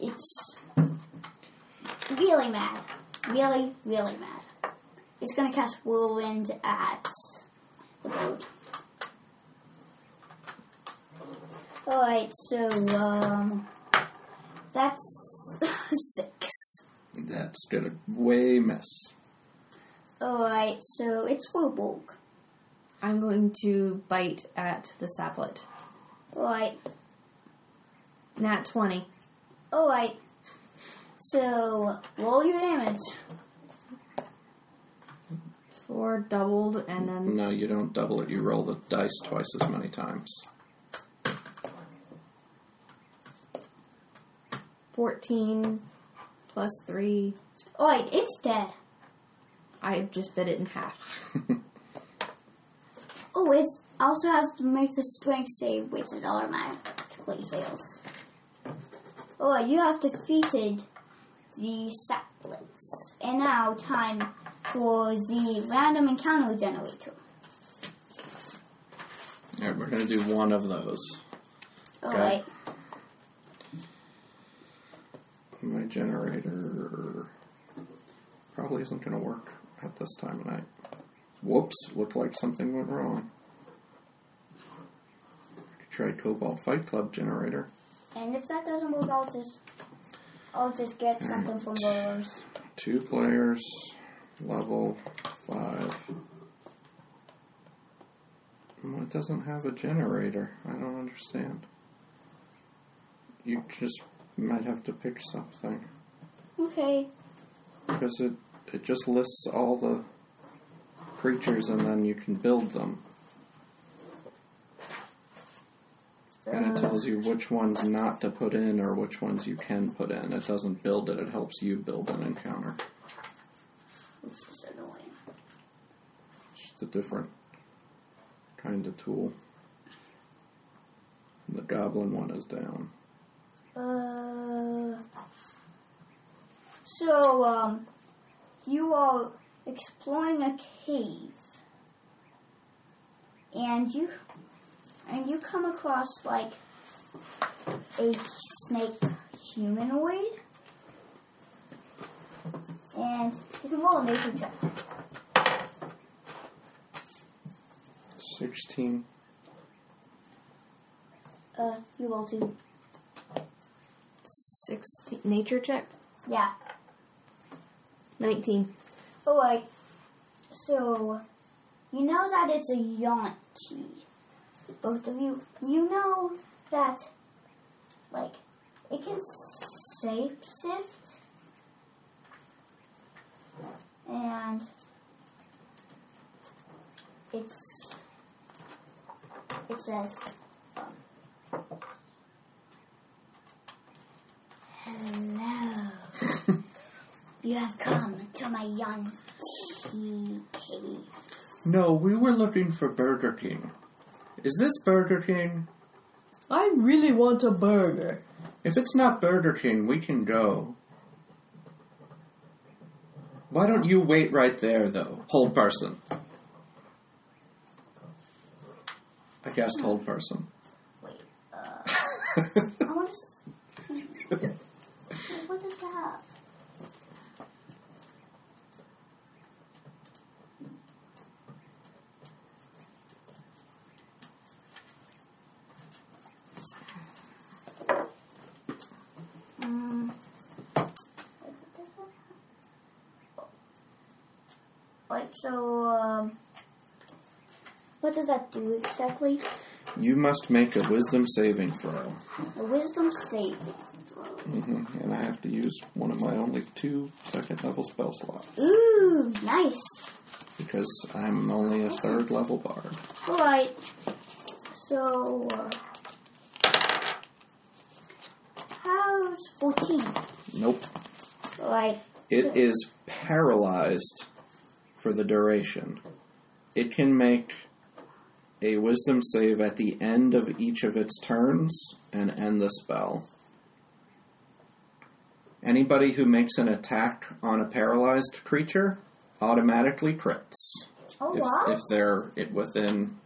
Speaker 3: It's really mad. Really, really mad. It's going to cast Whirlwind at the boat. Alright, so, um, that's (laughs) six.
Speaker 2: That's gonna way miss.
Speaker 3: Alright, so it's Warborg.
Speaker 5: I'm going to bite at the saplet.
Speaker 3: Alright,
Speaker 5: Nat 20.
Speaker 3: alright. So, roll your damage.
Speaker 5: Four doubled, and then
Speaker 2: No, you don't double it. You roll the dice twice as many times.
Speaker 5: 14 plus 3.
Speaker 3: Alright, it's dead.
Speaker 5: I just bit it in half.
Speaker 3: Oh, it also has to make the strength save, which it automatically fails. Alright, you have defeated the saplings. And now, time for the random encounter generator.
Speaker 2: All right, we're gonna do one of those.
Speaker 3: Alright,
Speaker 2: My generator probably isn't gonna work at this time of night. Whoops! Looked like something went wrong. Could try Cobalt Fight Club generator.
Speaker 3: and if that doesn't work, I'll just, I'll just get something from Burrows.
Speaker 2: Two players, level five. Well, it doesn't have a generator. I don't understand. You just might have to pick something.
Speaker 3: Okay.
Speaker 2: Because it, it just lists all the creatures and then you can build them. And it tells you which ones not to put in or which ones you can put in. It doesn't build it, it helps you build an encounter.
Speaker 3: This is annoying.
Speaker 2: It's just a different kind of tool. And the goblin one is down.
Speaker 3: Uh, so, um, you are exploring a cave, and you and you come across like a snake humanoid, and you can roll a nature check.
Speaker 2: 16.
Speaker 3: Uh, you roll two.
Speaker 5: 16. Nature check?
Speaker 3: Yeah.
Speaker 5: 19.
Speaker 3: Alright, so you know that it's a Yonti. Both of you, you know that, like, it can shapeshift. And it's, it says, um, um, hello. You have come to my Yonti cave.
Speaker 2: No, we were looking for Burger King. Is this Burger King?
Speaker 7: I really want a burger.
Speaker 2: If it's not Burger King, we can go. Why don't you wait right there, though? Hold person. I guessed hold person. (laughs)
Speaker 3: Wait, uh, I want to. (laughs) What is that? Um, Wait, so, um, what does that do exactly?
Speaker 2: You must make a wisdom saving throw.
Speaker 3: A wisdom saving throw.
Speaker 2: hmm And I have to use one of my only two second level spell slots
Speaker 3: Ooh, nice.
Speaker 2: because I'm only a third level bard.
Speaker 3: Alright. So, uh, how's 14?
Speaker 2: Nope.
Speaker 3: Alright.
Speaker 2: It is paralyzed for the duration. It can make a wisdom save at the end of each of its turns and end the spell. Anybody who makes an attack on a paralyzed creature automatically crits
Speaker 3: Oh,
Speaker 2: if,
Speaker 3: wow.
Speaker 2: if they're it within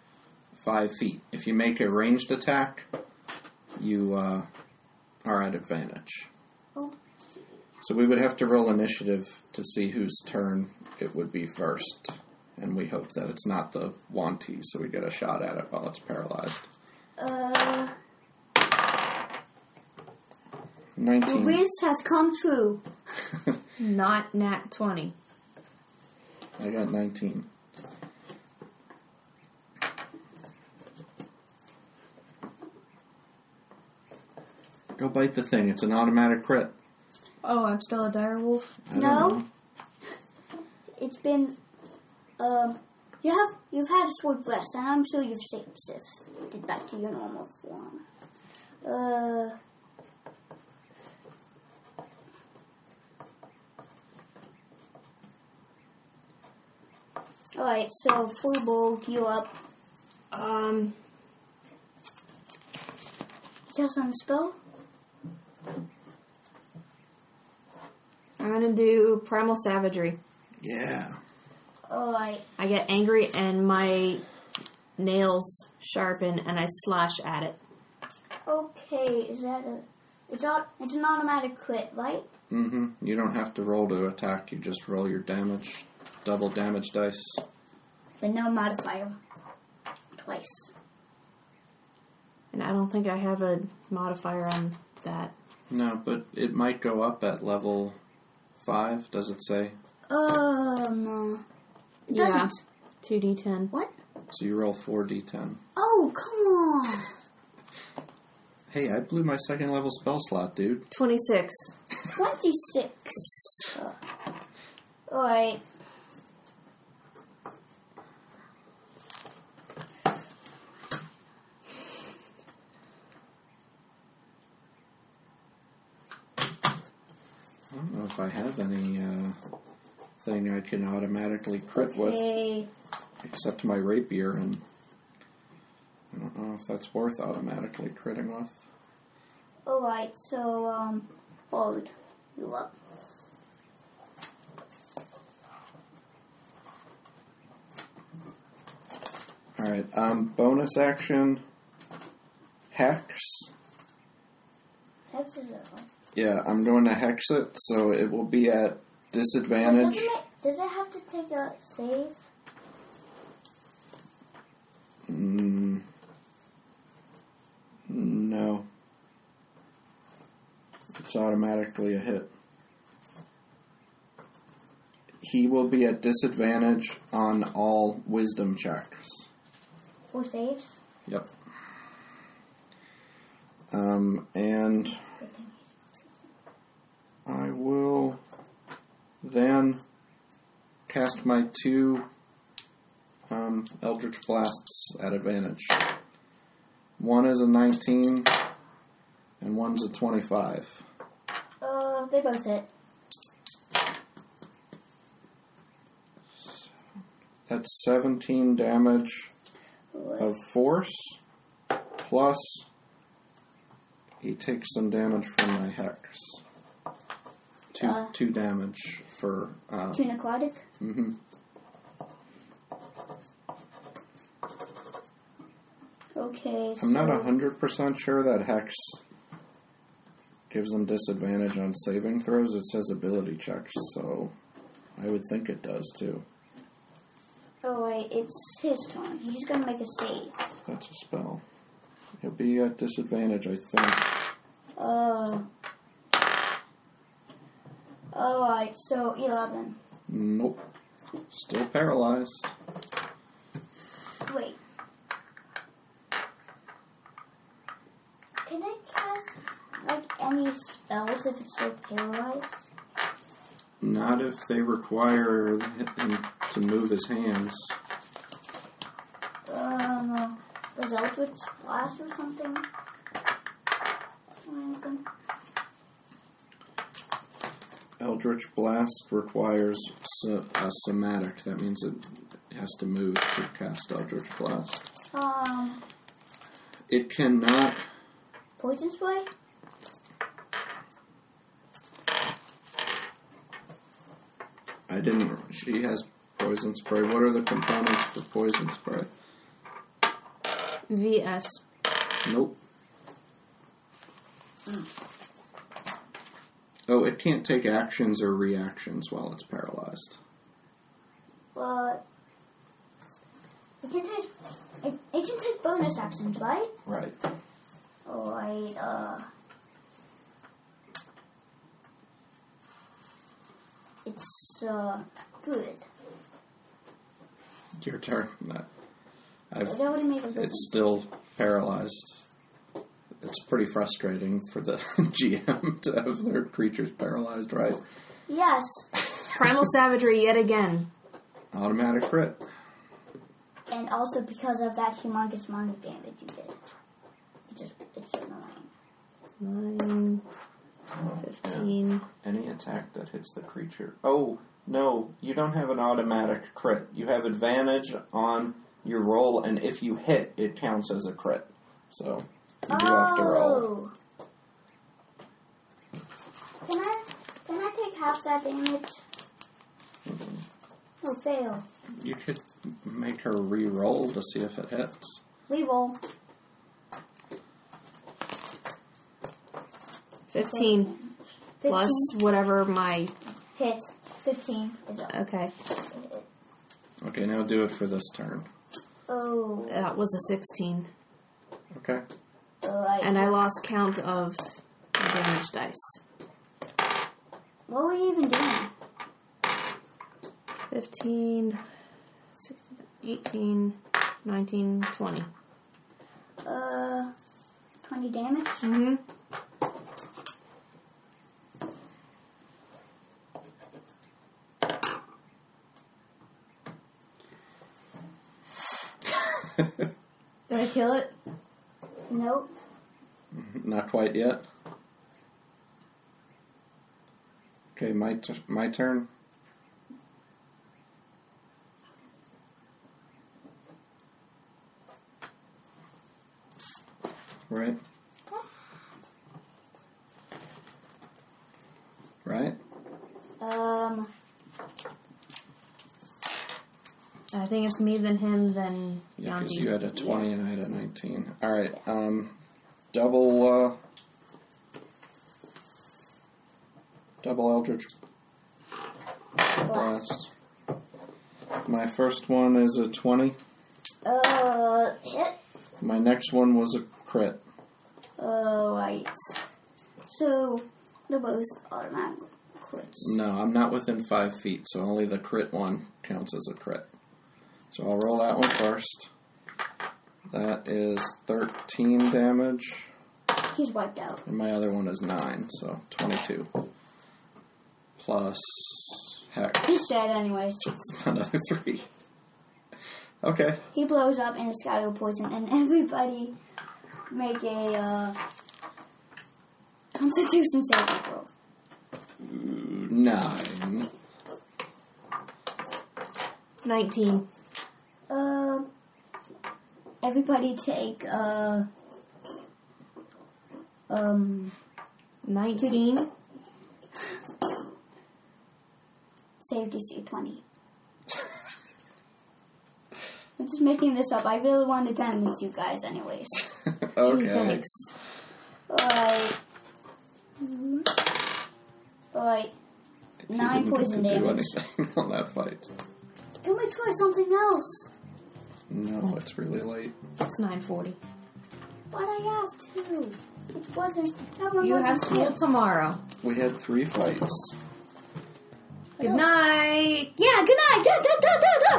Speaker 2: five feet. If you make a ranged attack, you uh, are at advantage.
Speaker 3: Oh.
Speaker 2: So we would have to roll initiative to see whose turn it would be first. And we hope that it's not the wantee, so we get a shot at it while it's paralyzed.
Speaker 3: Uh,
Speaker 2: 19.
Speaker 3: wish has come true.
Speaker 2: (laughs)
Speaker 5: Not nat 20.
Speaker 2: I got 19. Go bite the thing. It's an automatic crit.
Speaker 5: Oh, I'm still a dire wolf?
Speaker 2: I don't
Speaker 3: No.
Speaker 2: know.
Speaker 3: It's been, um, you have, you've had a sword breast, and I'm sure you've shapeshifted back to your normal form. Uh, Alright, so Fullbolt, you up.
Speaker 5: Um,
Speaker 3: Cast on the spell?
Speaker 5: I'm gonna do primal savagery.
Speaker 2: Yeah.
Speaker 3: Alright.
Speaker 5: I get angry and my nails sharpen and I slash at it.
Speaker 3: Okay, is that a. It's, au- it's an automatic crit, right?
Speaker 2: hmm You don't have to roll to attack. You just roll your damage, double damage dice.
Speaker 3: But no modifier. Twice.
Speaker 5: And I don't think I have a modifier on that.
Speaker 2: No, but it might go up at level five. Does it say?
Speaker 3: Um. It doesn't.
Speaker 5: Yeah. 2d10.
Speaker 3: What?
Speaker 2: So you roll four d10.
Speaker 3: Oh, come on.
Speaker 2: Hey, I blew my second level spell slot, dude.
Speaker 5: 26.
Speaker 3: 26. Alright.
Speaker 2: I don't know if I have any uh, thing I can automatically crit with,
Speaker 3: Okay.
Speaker 2: except my rapier, and I don't know if that's worth automatically critting with.
Speaker 3: Alright, so, um, bold. You up.
Speaker 2: All right. Um, bonus action. Hex.
Speaker 3: Hex is up.
Speaker 2: Yeah, I'm going to hex it, so it will be at
Speaker 3: But
Speaker 2: disadvantage.
Speaker 3: Doesn't it, does it have to take a save?
Speaker 2: Mm. No. It's automatically a hit. He will be at disadvantage on all wisdom checks.
Speaker 3: Or saves?
Speaker 2: Yep. Um, and I will then cast my two um, Eldritch Blasts at advantage. One is a 19, and one's a 25.
Speaker 3: Uh, they both hit.
Speaker 2: That's 17 damage of force, plus he takes some damage from my hex. Two,
Speaker 3: Uh.
Speaker 2: two damage for. Uh,
Speaker 3: Two necrotic.
Speaker 2: mhm.
Speaker 3: Okay.
Speaker 2: I'm not
Speaker 3: so-
Speaker 2: 100% sure that hex gives them disadvantage on saving throws. It says ability checks, so I would think it does too.
Speaker 3: Oh wait, it's his turn. He's gonna make a save.
Speaker 2: That's a spell. It'll be at disadvantage, I think.
Speaker 3: Uh. Alright, so 11.
Speaker 2: Nope. Still paralyzed.
Speaker 3: Wait. Can I cast, like, any spells if it's still paralyzed?
Speaker 2: Not if they require him to move his hands.
Speaker 3: Um, uh, does Eldritch Blast or something? Or anything?
Speaker 2: Eldritch Blast requires so- a somatic. That means it has to move to cast Eldritch Blast.
Speaker 3: Um,
Speaker 2: It cannot.
Speaker 3: Poison Spray?
Speaker 2: I didn't. She has poison spray. What are the components for poison spray?
Speaker 5: VS.
Speaker 2: Nope. Oh, it can't take actions or reactions while it's paralyzed.
Speaker 3: But. It can take. It, it can take bonus actions, right?
Speaker 2: Right.
Speaker 3: Alright, uh. It's, uh, good.
Speaker 2: Your turn. No.
Speaker 3: It
Speaker 2: I've,
Speaker 3: already made a good
Speaker 2: it's still paralyzed. It's pretty frustrating for the (laughs) GM to have their creatures paralyzed, right?
Speaker 3: Yes.
Speaker 5: (laughs) Primal Savagery yet again.
Speaker 2: Automatic crit.
Speaker 3: And also because of that humongous amount of damage you did. It's just, it's annoying.
Speaker 5: 9, 15.
Speaker 2: Any attack that hits the creature. Oh, no, you don't have an automatic crit. You have advantage on your roll, and if you hit, it counts as a crit. So, you do have to roll.
Speaker 3: Oh! Can I, can I take half that damage?
Speaker 2: Mm-hmm.
Speaker 3: No, fail.
Speaker 2: You could make her re roll to see if it hits.
Speaker 3: Reroll.
Speaker 5: 15. Plus whatever my.
Speaker 3: Hits. 15 is up.
Speaker 5: Okay.
Speaker 2: Okay, now do it for this turn.
Speaker 3: Oh.
Speaker 5: That was a 16.
Speaker 2: Okay.
Speaker 3: Alright.
Speaker 5: And I lost count of my damage dice.
Speaker 3: What were you even doing?
Speaker 5: 15, 16, 18, 19, 20.
Speaker 3: Uh, 20 damage?
Speaker 5: Mm-hmm. Did I kill it?
Speaker 3: Nope.
Speaker 2: Not quite yet. Okay, my, t- my turn. Right? Right?
Speaker 3: Um,
Speaker 5: I think it's me, then him, then
Speaker 2: Yeah, because
Speaker 5: Yanji.
Speaker 2: you had a 20 and I had a 19. Alright, um, double, uh, double Eldritch Blast. My first one is a 20.
Speaker 3: uh, hit.
Speaker 2: My next one was a crit.
Speaker 3: Alright. So, they're both automatic crits.
Speaker 2: No, I'm not within five feet, so only the crit one counts as a crit. So I'll roll that one first. That is 13 damage,
Speaker 3: He's wiped out.
Speaker 2: and my other one is 9, so 22. Plus, heck,
Speaker 3: He's dead anyways.
Speaker 2: another 3. Okay,
Speaker 3: He blows up and it's got poison and everybody make a, uh, constitution saving throw.
Speaker 2: 9.
Speaker 5: 19.
Speaker 3: Um, everybody take uh um
Speaker 5: 19.
Speaker 3: save DC twenty. (laughs) I'm just making this up. I really wanted to damage you guys, anyways.
Speaker 2: (laughs) okay.
Speaker 5: Thanks.
Speaker 3: Alright. Mm-hmm. Alright.
Speaker 2: You
Speaker 3: Nine
Speaker 2: didn't get
Speaker 3: poison
Speaker 2: to
Speaker 3: damage.
Speaker 2: Do anything (laughs) on that fight.
Speaker 3: Can we try something else?
Speaker 2: No, it's really late.
Speaker 5: It's 940.
Speaker 3: But I have to. It wasn't. That one
Speaker 5: You
Speaker 3: wasn't
Speaker 5: have school
Speaker 3: it.
Speaker 5: tomorrow.
Speaker 2: We had three fights.
Speaker 5: Good night.
Speaker 3: Yeah, good night. Da, da, da, da, da.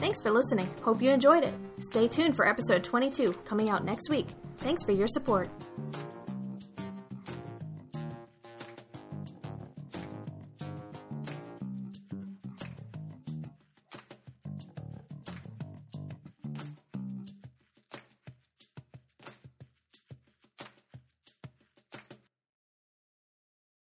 Speaker 1: Thanks for listening. Hope you enjoyed it. Stay tuned for episode 22 coming out next week. Thanks for your support.